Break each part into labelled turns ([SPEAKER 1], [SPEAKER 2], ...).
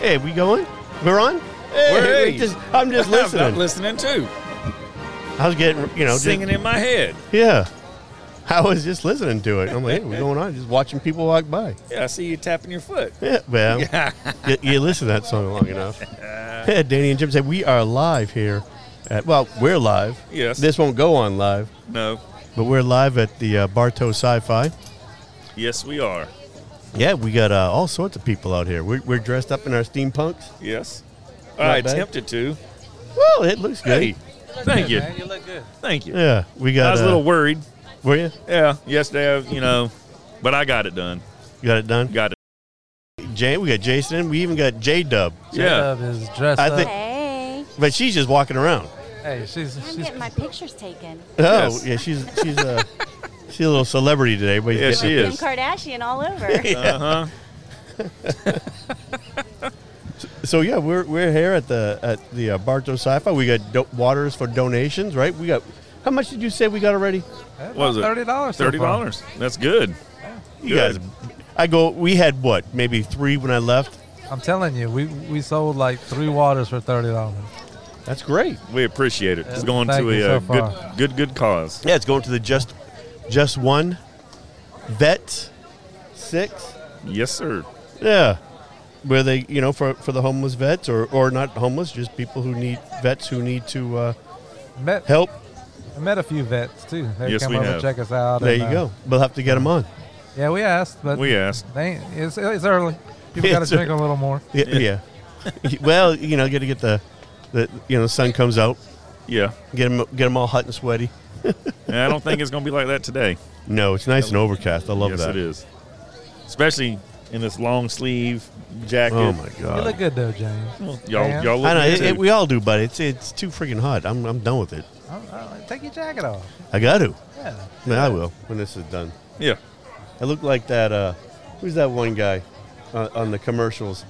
[SPEAKER 1] Hey, we going? We're on.
[SPEAKER 2] Hey.
[SPEAKER 1] we just- I'm just
[SPEAKER 2] I'm
[SPEAKER 1] listening.
[SPEAKER 2] listening too.
[SPEAKER 1] I was getting, you know, just-
[SPEAKER 2] Singing in my head.
[SPEAKER 1] yeah. I was just listening to it. I'm like, hey, we're going on, just watching people walk by.
[SPEAKER 2] Yeah, I see you tapping your foot.
[SPEAKER 1] Yeah, well, you, you listen to that song long enough. Yeah, Danny and Jim said we are live here. At, well, we're live.
[SPEAKER 2] Yes.
[SPEAKER 1] This won't go on live,
[SPEAKER 2] No.
[SPEAKER 1] but we're live at the uh, Bartow Sci-Fi.
[SPEAKER 2] Yes, we are.
[SPEAKER 1] Yeah, we got uh, all sorts of people out here. We're, we're dressed up in our steampunks.
[SPEAKER 2] Yes.
[SPEAKER 1] Not
[SPEAKER 2] I
[SPEAKER 1] bad.
[SPEAKER 2] attempted to.
[SPEAKER 1] Well, it looks good.
[SPEAKER 2] Hey, thank you.
[SPEAKER 3] Man, you look good.
[SPEAKER 2] Thank you.
[SPEAKER 1] Yeah, we got.
[SPEAKER 2] I was a
[SPEAKER 1] uh,
[SPEAKER 2] little worried.
[SPEAKER 1] Were you?
[SPEAKER 2] Yeah, yesterday, I- you know, but I got it done.
[SPEAKER 1] You got it done.
[SPEAKER 2] Got it.
[SPEAKER 1] Jay, we got Jason. We even got J Dub,
[SPEAKER 2] Yeah.
[SPEAKER 3] J-Dub is dressed
[SPEAKER 1] I think-
[SPEAKER 4] Hey,
[SPEAKER 1] but she's just walking around.
[SPEAKER 3] up. Hey, she's
[SPEAKER 4] I'm
[SPEAKER 3] she's
[SPEAKER 4] getting my pictures taken.
[SPEAKER 1] Oh,
[SPEAKER 2] Yes.
[SPEAKER 1] yeah, she's she's uh, she's a little celebrity today. But
[SPEAKER 2] Yeah, she
[SPEAKER 4] Kim
[SPEAKER 2] is.
[SPEAKER 4] Kardashian all over.
[SPEAKER 2] Uh huh.
[SPEAKER 1] So yeah, we're we're here at the at the uh, Bartow Sci-Fi. We got do- waters for donations, right? We got how much did you say we got already?
[SPEAKER 3] what
[SPEAKER 2] was it?
[SPEAKER 3] Thirty dollars.
[SPEAKER 2] Thirty dollars. That's good.
[SPEAKER 1] You
[SPEAKER 2] Good.
[SPEAKER 1] guys, I go. We had what, maybe three when I left.
[SPEAKER 3] I'm telling you, we we sold like three waters for thirty dollars.
[SPEAKER 1] That's great.
[SPEAKER 2] We appreciate it. It's
[SPEAKER 3] Yeah,
[SPEAKER 2] going
[SPEAKER 3] thank
[SPEAKER 2] to
[SPEAKER 3] you
[SPEAKER 2] a,
[SPEAKER 3] so
[SPEAKER 2] uh
[SPEAKER 3] far.
[SPEAKER 2] good, good, good cause.
[SPEAKER 1] Yeah, it's going to the just just one vet six.
[SPEAKER 2] Yes, sir.
[SPEAKER 1] Yeah, where they you know for for the homeless vets or or not homeless, just people who need vets who need to uh,
[SPEAKER 3] Met
[SPEAKER 1] help.
[SPEAKER 3] met a few vets too. They
[SPEAKER 2] Yes,
[SPEAKER 3] come
[SPEAKER 2] we
[SPEAKER 3] over
[SPEAKER 2] have.
[SPEAKER 3] and check us out.
[SPEAKER 1] There
[SPEAKER 3] and,
[SPEAKER 1] you
[SPEAKER 3] uh,
[SPEAKER 1] go. We'll have to get them on.
[SPEAKER 3] Yeah, we asked, but
[SPEAKER 2] We asked.
[SPEAKER 3] They, it's, it's early. People
[SPEAKER 1] It's
[SPEAKER 3] got to drink a little more.
[SPEAKER 1] Yeah. yeah. well, you know, got to get the the you know the sun comes out.
[SPEAKER 2] Yeah.
[SPEAKER 1] Get them, get them all hot and sweaty.
[SPEAKER 2] And I don't think it's going to be like that today.
[SPEAKER 1] No, it's nice and overcast. I love
[SPEAKER 2] yes,
[SPEAKER 1] that.
[SPEAKER 2] it is. Especially in this long sleeve jacket.
[SPEAKER 1] Oh my
[SPEAKER 3] You
[SPEAKER 2] Uh,
[SPEAKER 1] god!
[SPEAKER 3] look good though, James.
[SPEAKER 2] Y'all,
[SPEAKER 3] Man.
[SPEAKER 2] y'all look
[SPEAKER 1] I know
[SPEAKER 2] good
[SPEAKER 1] it, it-
[SPEAKER 2] too.
[SPEAKER 1] we all do, but it's it's too freaking hot. I'm I'm done with it.
[SPEAKER 3] I, I, take your jacket off.
[SPEAKER 1] I got to.
[SPEAKER 3] Yeah.
[SPEAKER 1] I, mean, I will when this is done.
[SPEAKER 2] Yeah.
[SPEAKER 1] I look like that. Uh, who's that one guy uh, on the commercials?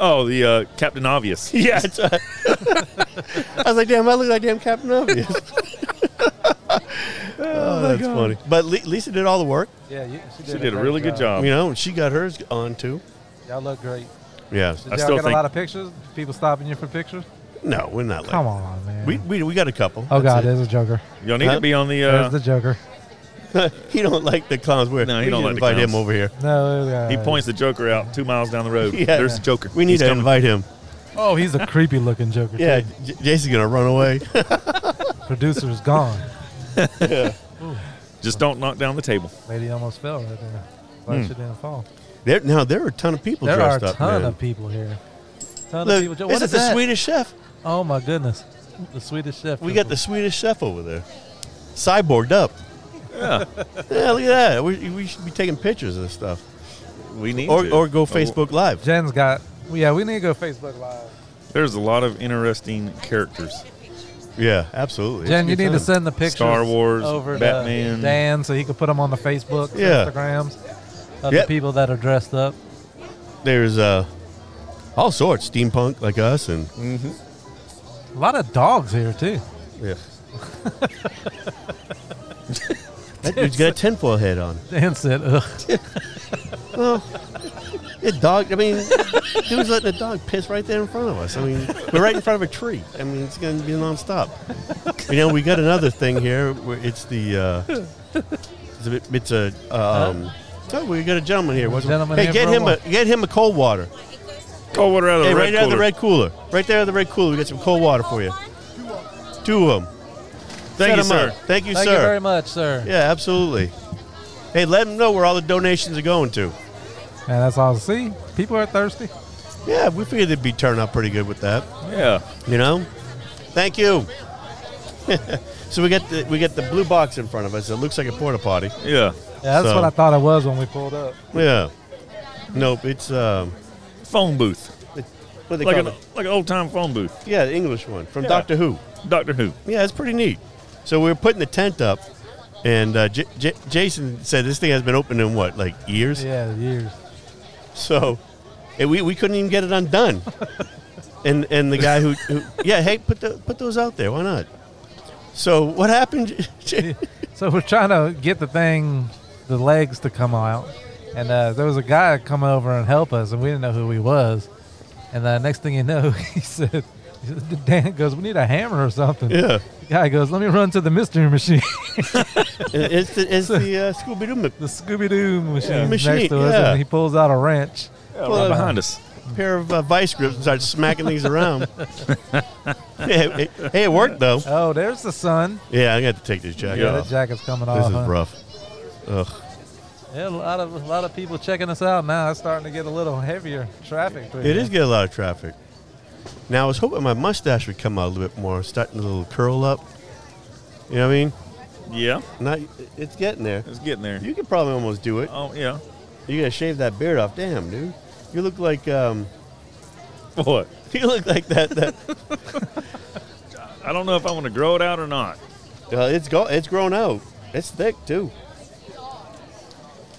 [SPEAKER 2] Oh, the uh, Captain Obvious.
[SPEAKER 1] Yeah, that's right. I was like, damn, I look like damn Captain Obvious. oh, that's funny. But Le- Lisa did all the work.
[SPEAKER 3] Yeah, you, she did,
[SPEAKER 2] She did a
[SPEAKER 3] great
[SPEAKER 2] really good job.
[SPEAKER 1] You know, she got hers on too.
[SPEAKER 3] Y'all look great.
[SPEAKER 1] Yeah.
[SPEAKER 3] Did
[SPEAKER 2] I
[SPEAKER 3] y'all
[SPEAKER 2] still
[SPEAKER 3] get
[SPEAKER 2] think-
[SPEAKER 3] a lot of pictures? People stopping you for pictures?
[SPEAKER 1] No, we're not like.
[SPEAKER 3] Come on, man.
[SPEAKER 1] We, we, we got a couple.
[SPEAKER 3] oh
[SPEAKER 1] That's
[SPEAKER 3] God,
[SPEAKER 1] it.
[SPEAKER 3] there's a joker.
[SPEAKER 2] Y'all need
[SPEAKER 1] Huh?
[SPEAKER 2] to be on the.
[SPEAKER 3] There's the
[SPEAKER 2] Uh,
[SPEAKER 3] joker.
[SPEAKER 1] he don't like the clowns. We're,
[SPEAKER 2] No, he
[SPEAKER 1] we
[SPEAKER 2] don't
[SPEAKER 1] should
[SPEAKER 2] like
[SPEAKER 1] invite
[SPEAKER 2] the
[SPEAKER 1] him
[SPEAKER 2] clowns.
[SPEAKER 1] over here.
[SPEAKER 3] No.
[SPEAKER 2] he
[SPEAKER 3] uh,
[SPEAKER 2] points the Joker out two miles down the road.
[SPEAKER 1] Yeah.
[SPEAKER 2] There's the Joker.
[SPEAKER 1] We need
[SPEAKER 2] He's
[SPEAKER 1] to
[SPEAKER 2] coming.
[SPEAKER 1] invite him.
[SPEAKER 3] Oh, he's a creepy looking joker.
[SPEAKER 1] Yeah, J- Jason's gonna run away.
[SPEAKER 3] Producer's gone.
[SPEAKER 2] Just don't knock down the table.
[SPEAKER 3] Lady almost fell right there. Glad she didn't fall.
[SPEAKER 1] there, now there are a ton of people
[SPEAKER 3] there are a
[SPEAKER 1] dressed up.
[SPEAKER 3] ton
[SPEAKER 1] man.
[SPEAKER 3] of people here. Ton
[SPEAKER 1] Look,
[SPEAKER 3] of people. What
[SPEAKER 1] is it
[SPEAKER 3] is
[SPEAKER 1] the
[SPEAKER 3] that?
[SPEAKER 1] Swedish chef?
[SPEAKER 3] Oh my goodness, the Swedish chef.
[SPEAKER 1] We got the
[SPEAKER 3] people.
[SPEAKER 1] Swedish chef over there, cyborged up.
[SPEAKER 2] Yeah.
[SPEAKER 1] Yeah, look at that. We, we should be taking pictures of this stuff,
[SPEAKER 2] We need
[SPEAKER 1] or
[SPEAKER 2] to.
[SPEAKER 1] or go
[SPEAKER 2] Oh,
[SPEAKER 1] Facebook Live.
[SPEAKER 3] Jen's got. Yeah, we need to go Facebook Live.
[SPEAKER 2] There's a lot of interesting characters.
[SPEAKER 1] Yeah, absolutely. It's
[SPEAKER 3] Jen,
[SPEAKER 1] a
[SPEAKER 3] you
[SPEAKER 1] good
[SPEAKER 3] need to
[SPEAKER 1] time.
[SPEAKER 3] send the pictures.
[SPEAKER 2] Star Wars,
[SPEAKER 3] over to
[SPEAKER 2] Batman.
[SPEAKER 3] Dan, so he can put them on the Facebook,
[SPEAKER 1] Yeah.
[SPEAKER 3] Instagrams of
[SPEAKER 1] Yep.
[SPEAKER 3] the people that are dressed up.
[SPEAKER 1] There's uh, all sorts steampunk like us and
[SPEAKER 3] A lot of dogs here too.
[SPEAKER 1] yeah. that dude's got a tinfoil head on.
[SPEAKER 3] Dan said, "Ugh,
[SPEAKER 1] The dog. I mean, dude's letting the dog piss right there in front of us. I mean, we're right in front of a tree. I mean, it's going to be nonstop. You know, we got another thing here. Where it's the. Uh, it's a. bit- It's a um, oh, we got a gentleman here. What's
[SPEAKER 3] Gentleman
[SPEAKER 1] hey,
[SPEAKER 3] here
[SPEAKER 1] get
[SPEAKER 3] for a
[SPEAKER 1] him a
[SPEAKER 3] walk.
[SPEAKER 1] get him a cold water.
[SPEAKER 2] Cold water out of the
[SPEAKER 1] hey,
[SPEAKER 2] red
[SPEAKER 1] right there at the
[SPEAKER 2] cooler.
[SPEAKER 1] red cooler. Right there at the red cooler. We got some cold water for you. Two of them.
[SPEAKER 2] Thank you, sir.
[SPEAKER 1] Thank you,
[SPEAKER 3] thank
[SPEAKER 1] sir.
[SPEAKER 3] you very much, sir."
[SPEAKER 1] yeah, absolutely. Hey, let them know where all the donations are going to.
[SPEAKER 3] And that's all. See, people are thirsty.
[SPEAKER 1] Yeah, we figured they'd be turned out pretty good with that.
[SPEAKER 2] Yeah.
[SPEAKER 1] You know? Thank you. so we got the we got the blue box in front of us. It looks like a porta potty.
[SPEAKER 2] Yeah.
[SPEAKER 3] Yeah, that's
[SPEAKER 1] So-
[SPEAKER 3] what I thought it was when we pulled up.
[SPEAKER 1] Yeah. Nope, it's um
[SPEAKER 2] Phone booth.
[SPEAKER 1] it, what they
[SPEAKER 2] Like
[SPEAKER 1] call
[SPEAKER 2] an,
[SPEAKER 1] it?
[SPEAKER 2] like an old time phone booth.
[SPEAKER 1] Yeah, the English one from
[SPEAKER 2] Yeah.
[SPEAKER 1] Doctor Who.
[SPEAKER 2] Doctor Who.
[SPEAKER 1] Yeah, it's pretty neat. So we were putting the tent up and uh, J- J- Jason said this thing has been open in what, like years?
[SPEAKER 3] Yeah, years.
[SPEAKER 1] So and we, we couldn't even get it undone. and and the guy who, who yeah, hey, put the, put those out there. Why not? So what happened? J-
[SPEAKER 3] So we're trying to get the thing, the legs to come out, and uh, there was a guy come over and help us, and we didn't know who he was. And the next thing you know, he said, Dan goes, we need a hammer or something.
[SPEAKER 1] Yeah.
[SPEAKER 3] The guy goes, let me run to the mystery machine.
[SPEAKER 1] It- It's the, it's the uh, Scooby Doo
[SPEAKER 3] the Scooby Doo machine
[SPEAKER 1] Machine,
[SPEAKER 3] next to us,
[SPEAKER 1] yeah.
[SPEAKER 3] and he pulls out a wrench.
[SPEAKER 2] Yeah,
[SPEAKER 1] Well,
[SPEAKER 2] right behind us.
[SPEAKER 1] pair of uh, vice grips and starts smacking things around. hey, it- hey, it worked though.
[SPEAKER 3] Oh, there's the sun.
[SPEAKER 1] Yeah, I got to take this jacket
[SPEAKER 3] Yeah, Uh-huh.
[SPEAKER 2] Yeah.
[SPEAKER 3] that jacket's coming
[SPEAKER 1] off. This
[SPEAKER 3] off. huh?
[SPEAKER 1] is rough. Ugh.
[SPEAKER 3] Yeah, a lot of a lot of people checking us out now. It's starting to get a little heavier traffic. through
[SPEAKER 1] It
[SPEAKER 3] here.
[SPEAKER 1] is getting a lot of traffic. Now I was hoping my mustache would come out a little bit more, starting a little curl up. You know what I mean?
[SPEAKER 2] Yeah,
[SPEAKER 1] Not, it's getting there.
[SPEAKER 2] it's getting there.
[SPEAKER 1] You could probably almost do it.
[SPEAKER 2] Oh yeah.
[SPEAKER 1] You gotta shave that beard off. Damn, dude, you look like um,
[SPEAKER 2] What?
[SPEAKER 1] you look like that. That
[SPEAKER 2] I don't know if I want to grow it out or not.
[SPEAKER 1] uh, it's go, it's grown out. It's thick too.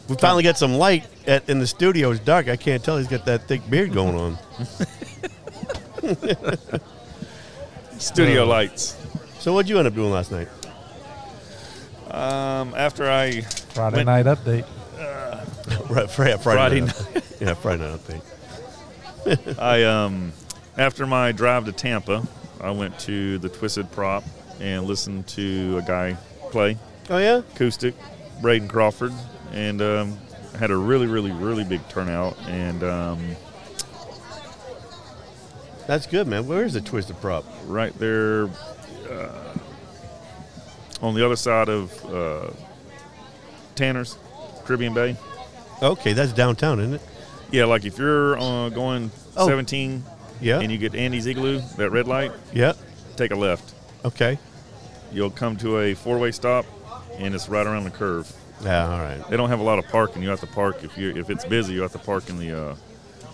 [SPEAKER 1] We finally got some light at, in the studio. It's dark. I can't tell he's got that thick beard going on.
[SPEAKER 2] Studio
[SPEAKER 1] Uh.
[SPEAKER 2] lights.
[SPEAKER 1] So what'd you end up doing last night?
[SPEAKER 2] Um, after I
[SPEAKER 3] Friday
[SPEAKER 2] went-
[SPEAKER 3] night update.
[SPEAKER 1] Right, Friday,
[SPEAKER 2] Friday
[SPEAKER 1] night. yeah, Friday night. I think.
[SPEAKER 2] I um, after my drive to Tampa, I went to the Twisted Prop and listened to a guy play
[SPEAKER 1] Oh yeah.
[SPEAKER 2] acoustic, Braden Crawford, and um, had a really, really, really big turnout. And um,
[SPEAKER 1] That's good, man. Where is the twisted prop?
[SPEAKER 2] right there uh, on the other side of uh, Tanner's Caribbean Bay.
[SPEAKER 1] Okay, that's downtown, isn't it?
[SPEAKER 2] Yeah, like if you're uh, going
[SPEAKER 1] Oh.
[SPEAKER 2] 17
[SPEAKER 1] Yeah.
[SPEAKER 2] and you get Andy's Igloo, that red light,
[SPEAKER 1] yeah.
[SPEAKER 2] take a left.
[SPEAKER 1] Okay.
[SPEAKER 2] You'll come to a four-way stop, and it's right around the curve.
[SPEAKER 1] Yeah. All right.
[SPEAKER 2] They don't have a lot of parking. You have to park if you if it's busy. You have to park in the uh,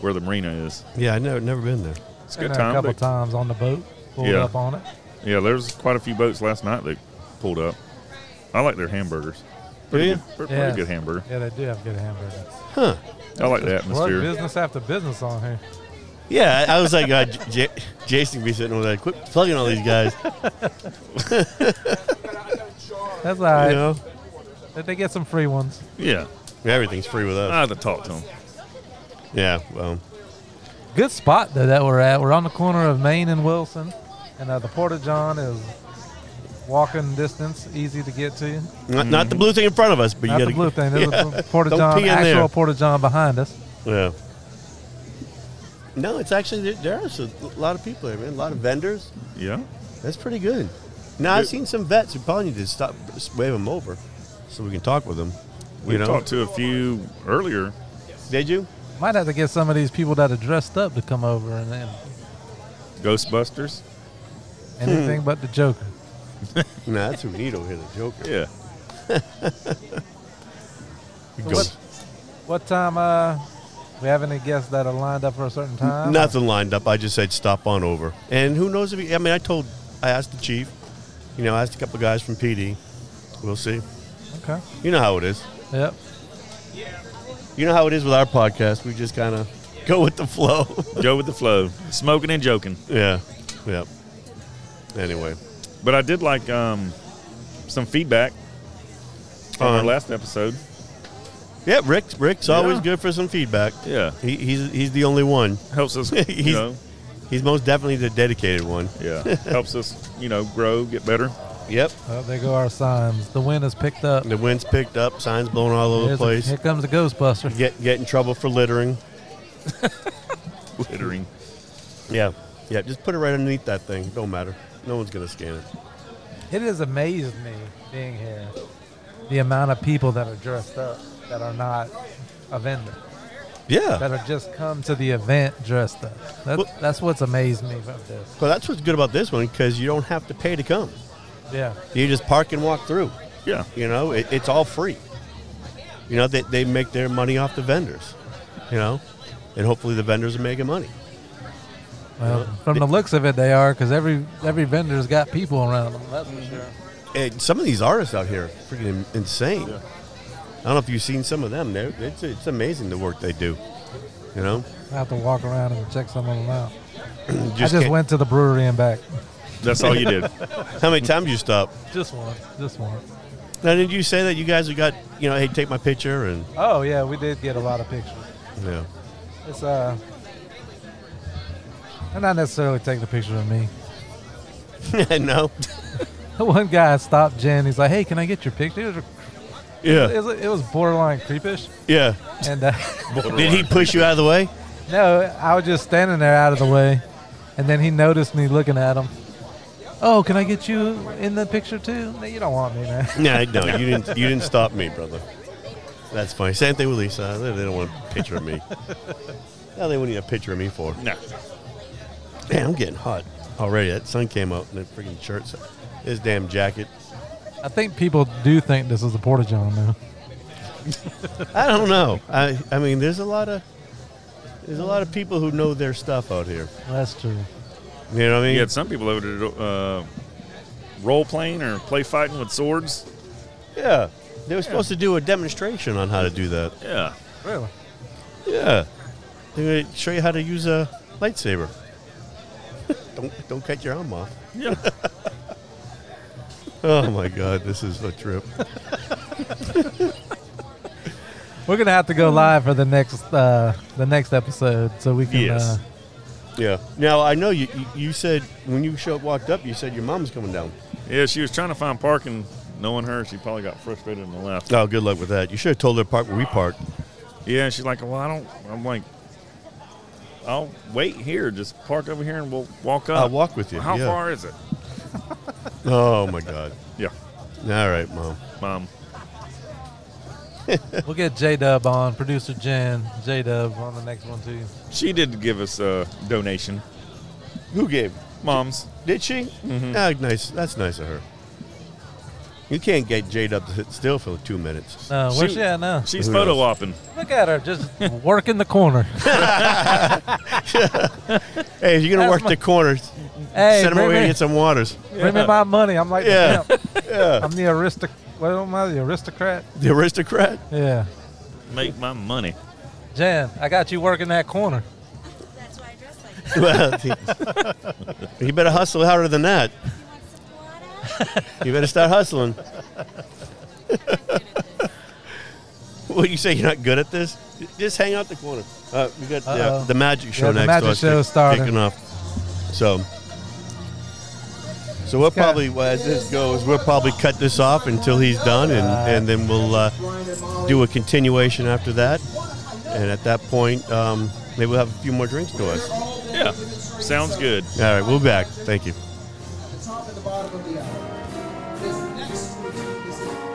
[SPEAKER 2] where the marina is.
[SPEAKER 1] Yeah, I never never been there.
[SPEAKER 2] It's a
[SPEAKER 3] Been
[SPEAKER 2] good
[SPEAKER 3] there
[SPEAKER 2] time.
[SPEAKER 3] A couple
[SPEAKER 2] They-
[SPEAKER 3] times on the boat. Pulled
[SPEAKER 2] Yeah.
[SPEAKER 3] up on it.
[SPEAKER 2] Yeah, there's quite a few boats last night that pulled up. I like their hamburgers. Pretty
[SPEAKER 1] Yeah.
[SPEAKER 2] good, pretty
[SPEAKER 3] Yeah.
[SPEAKER 2] good hamburger.
[SPEAKER 3] Yeah, they do have good hamburgers.
[SPEAKER 1] Huh.
[SPEAKER 2] I like the
[SPEAKER 3] What
[SPEAKER 2] atmosphere.
[SPEAKER 3] business after business on here?
[SPEAKER 1] Yeah, I I was like, uh, J- J- Jason be sitting over there, quit plugging all these guys.
[SPEAKER 3] That's all right.
[SPEAKER 1] You know,
[SPEAKER 3] Did they get some free ones?
[SPEAKER 2] Yeah,
[SPEAKER 1] everything's free with
[SPEAKER 2] I
[SPEAKER 3] Uh,
[SPEAKER 1] us.
[SPEAKER 2] have to talk to them.
[SPEAKER 1] Yeah, well,
[SPEAKER 3] Good spot though that we're at. We're on the corner of Main and Wilson, and uh, the Porta John is walking distance, easy to get to.
[SPEAKER 1] not, not the blue thing in front of us, but
[SPEAKER 3] Not
[SPEAKER 1] you
[SPEAKER 3] the blue
[SPEAKER 1] gotta,
[SPEAKER 3] thing. There's
[SPEAKER 1] Yeah.
[SPEAKER 3] a Porta
[SPEAKER 1] Don't
[SPEAKER 3] John,
[SPEAKER 1] pee in
[SPEAKER 3] actual
[SPEAKER 1] there.
[SPEAKER 3] Porta John behind us.
[SPEAKER 1] Yeah. No, it's actually there, there are some- a lot of people there, man. A lot of vendors.
[SPEAKER 2] Yeah,
[SPEAKER 1] That's pretty good. Now I've seen some vets who probably need to stop wave them over, so we can talk with them. You
[SPEAKER 2] we
[SPEAKER 1] know,
[SPEAKER 2] talked to a few earlier.
[SPEAKER 1] did you?
[SPEAKER 3] Might have to get some of these people that are dressed up to come over and, and
[SPEAKER 1] Hmm.
[SPEAKER 2] Ghostbusters.
[SPEAKER 3] anything but the Joker.
[SPEAKER 1] Nah, that's who we need over here, the Joker.
[SPEAKER 2] Yeah,
[SPEAKER 1] Go-
[SPEAKER 3] What, what time? Uh, we have any guests that are lined up for a certain time?
[SPEAKER 1] Nothing lined up. I just said stop on over. And who knows if he, I mean, I told, I asked the chief, you know, I asked a couple guys from PD. We'll see.
[SPEAKER 3] Okay.
[SPEAKER 1] You know how it is.
[SPEAKER 3] Yep.
[SPEAKER 1] You know how it is with our podcast. We just kind of go with the flow.
[SPEAKER 2] go with the flow, smoking and joking.
[SPEAKER 1] yeah. Yep. Anyway.
[SPEAKER 2] But I did like um, some feedback on our
[SPEAKER 1] Um,
[SPEAKER 2] last episode.
[SPEAKER 1] Yeah, Rick, Rick's always
[SPEAKER 2] Yeah.
[SPEAKER 1] good for some feedback.
[SPEAKER 2] Yeah,
[SPEAKER 1] He, he's, he's the only one.
[SPEAKER 2] helps us.
[SPEAKER 1] He's-
[SPEAKER 2] You know,
[SPEAKER 1] He's most definitely the dedicated one.
[SPEAKER 2] yeah, helps us. You know, grow, get better.
[SPEAKER 1] Yep.
[SPEAKER 3] Well, there go our signs. The wind is picked up.
[SPEAKER 1] The wind's picked up, signs blowing all over the
[SPEAKER 3] Here's a-
[SPEAKER 1] place.
[SPEAKER 3] here comes the Ghostbuster.
[SPEAKER 1] Get, get in trouble for littering.
[SPEAKER 2] Littering.
[SPEAKER 1] Yeah. Yeah, just put it right underneath that thing. Don't matter. No one's going to scan it.
[SPEAKER 3] It has amazed me being here. The amount of people that are dressed up that are not a vendor
[SPEAKER 1] Yeah.
[SPEAKER 3] that have just come to the event dressed up. That,
[SPEAKER 1] Well-
[SPEAKER 3] that's what's amazed me about this.
[SPEAKER 1] Well, that's what's good about this one because you don't have to pay to come.
[SPEAKER 3] Yeah.
[SPEAKER 1] You just park and walk through.
[SPEAKER 2] Yeah,
[SPEAKER 1] You know, it, it's all free. You know, they, they make their money off the vendors, you know, and hopefully the vendors are making money.
[SPEAKER 3] Well, from the looks of it, they are because every every vendor's got people around them. That's for sure.
[SPEAKER 1] And some of these artists out here are freaking insane. I don't know if you've seen some of them. They're, it's, it's amazing the work they do, you know.
[SPEAKER 3] I have to walk around and check some of them out.
[SPEAKER 1] Just
[SPEAKER 3] I just
[SPEAKER 1] can't-
[SPEAKER 3] went to the brewery and back.
[SPEAKER 2] that's all you did.
[SPEAKER 1] How many times you stop?
[SPEAKER 3] Just one. Just one.
[SPEAKER 1] Now, did you say that you guys have got, you know, hey, take my picture and,
[SPEAKER 3] Oh yeah, we did get a lot of pictures.
[SPEAKER 1] you know.
[SPEAKER 3] It's uh, And not necessarily taking a picture of me.
[SPEAKER 1] no.
[SPEAKER 3] One guy stopped Jen. He's like, "Hey, can I get your picture?" It was, it
[SPEAKER 1] Yeah.
[SPEAKER 3] was, it was borderline creepish.
[SPEAKER 1] Yeah.
[SPEAKER 3] And uh,
[SPEAKER 1] Did he push you out of the way?
[SPEAKER 3] no, I was just standing there out of the way, and then he noticed me looking at him. Oh, can I get you in the picture too? No, you don't want me, man.
[SPEAKER 1] No, no, you didn't. You didn't stop me, brother. That's funny. Same thing with Lisa. They, they don't want a picture of me. No, they wouldn't need a picture of me for.
[SPEAKER 2] No.
[SPEAKER 1] Man, I'm getting hot already. That sun came up and the freaking shirts, this damn jacket.
[SPEAKER 3] I think people do think this is a porta john now.
[SPEAKER 1] I don't know. I I mean, there's a lot of there's a lot of people who know their stuff out here.
[SPEAKER 3] That's true.
[SPEAKER 1] You know what I
[SPEAKER 2] You
[SPEAKER 1] mean?
[SPEAKER 2] had some people over to uh, role playing or play fighting with swords.
[SPEAKER 1] Yeah. They were supposed to do a demonstration on how to do that.
[SPEAKER 2] Yeah.
[SPEAKER 3] Really?
[SPEAKER 1] Yeah. They're gonna show you how to use a lightsaber. don't don't cut your arm off.
[SPEAKER 2] Yeah.
[SPEAKER 1] Oh my god, this is a trip.
[SPEAKER 3] We're gonna have to go live for the next uh, the next episode so we can.
[SPEAKER 2] Yes.
[SPEAKER 3] Uh,
[SPEAKER 1] Yeah. Now I know you. you- You said when you showed, walked up, you said your mom's coming down.
[SPEAKER 2] Yeah, she was trying to find parking. Knowing her, she probably got frustrated and left.
[SPEAKER 1] Oh, good luck with that. You should have told her to park where we parked.
[SPEAKER 2] Yeah, she's like, well, I don't. I'm like, I'll wait here. Just park over here and we'll walk up.
[SPEAKER 1] I'll walk with you,
[SPEAKER 2] Uh, How
[SPEAKER 1] yeah.
[SPEAKER 2] far is it?
[SPEAKER 1] Oh my god.
[SPEAKER 2] Yeah,
[SPEAKER 1] All right, mom.
[SPEAKER 2] mom.
[SPEAKER 3] we'll get J Dub on producer Jen J Dub on the next one too.
[SPEAKER 2] She did give us a donation.
[SPEAKER 1] Who gave?
[SPEAKER 2] Mom's.
[SPEAKER 1] Did she?
[SPEAKER 3] Mm-hmm.
[SPEAKER 1] Ah, nice. That's nice of her. You can't get Jade up to sit still for two minutes.
[SPEAKER 3] No, Uh, where's
[SPEAKER 2] She-
[SPEAKER 3] she at now?
[SPEAKER 2] She's
[SPEAKER 1] Who
[SPEAKER 2] photo
[SPEAKER 1] knows?
[SPEAKER 2] opping.
[SPEAKER 3] Look at her, just working the corner.
[SPEAKER 1] Hey, if you're gonna
[SPEAKER 3] That's
[SPEAKER 1] work
[SPEAKER 3] my-
[SPEAKER 1] the corners,
[SPEAKER 3] Hey,
[SPEAKER 1] send them
[SPEAKER 3] bring
[SPEAKER 1] over here
[SPEAKER 3] me-
[SPEAKER 1] and get some waters.
[SPEAKER 3] Bring me my money. I'm like,
[SPEAKER 1] Yeah.
[SPEAKER 3] yeah. I'm the aristoc. What am I? The aristocrat?
[SPEAKER 1] The aristocrat.
[SPEAKER 3] Yeah.
[SPEAKER 2] Make my money.
[SPEAKER 3] Jan, I got you working that corner.
[SPEAKER 5] That's why I dress like that.
[SPEAKER 1] Well, he, he better hustle harder than that.
[SPEAKER 5] You want some water?
[SPEAKER 1] You better start hustling. what you say? You're not good at this? Just hang out the corner. Uh, we got
[SPEAKER 3] Uh-oh.
[SPEAKER 1] the, the magic show
[SPEAKER 3] Yeah, the
[SPEAKER 1] next.
[SPEAKER 3] magic
[SPEAKER 1] to us
[SPEAKER 3] show
[SPEAKER 1] kick-
[SPEAKER 3] is starting.
[SPEAKER 1] Kicking off. So, so we'll
[SPEAKER 3] Okay.
[SPEAKER 1] probably well, as this goes, we'll probably cut this off until he's done, and and then we'll uh, do a continuation after that. And at that point, um, maybe we'll have a few more drinks to us. All
[SPEAKER 2] Yeah, sounds good.
[SPEAKER 1] right, we'll be back. Thank you.
[SPEAKER 6] the top and the bottom of the hour. This next is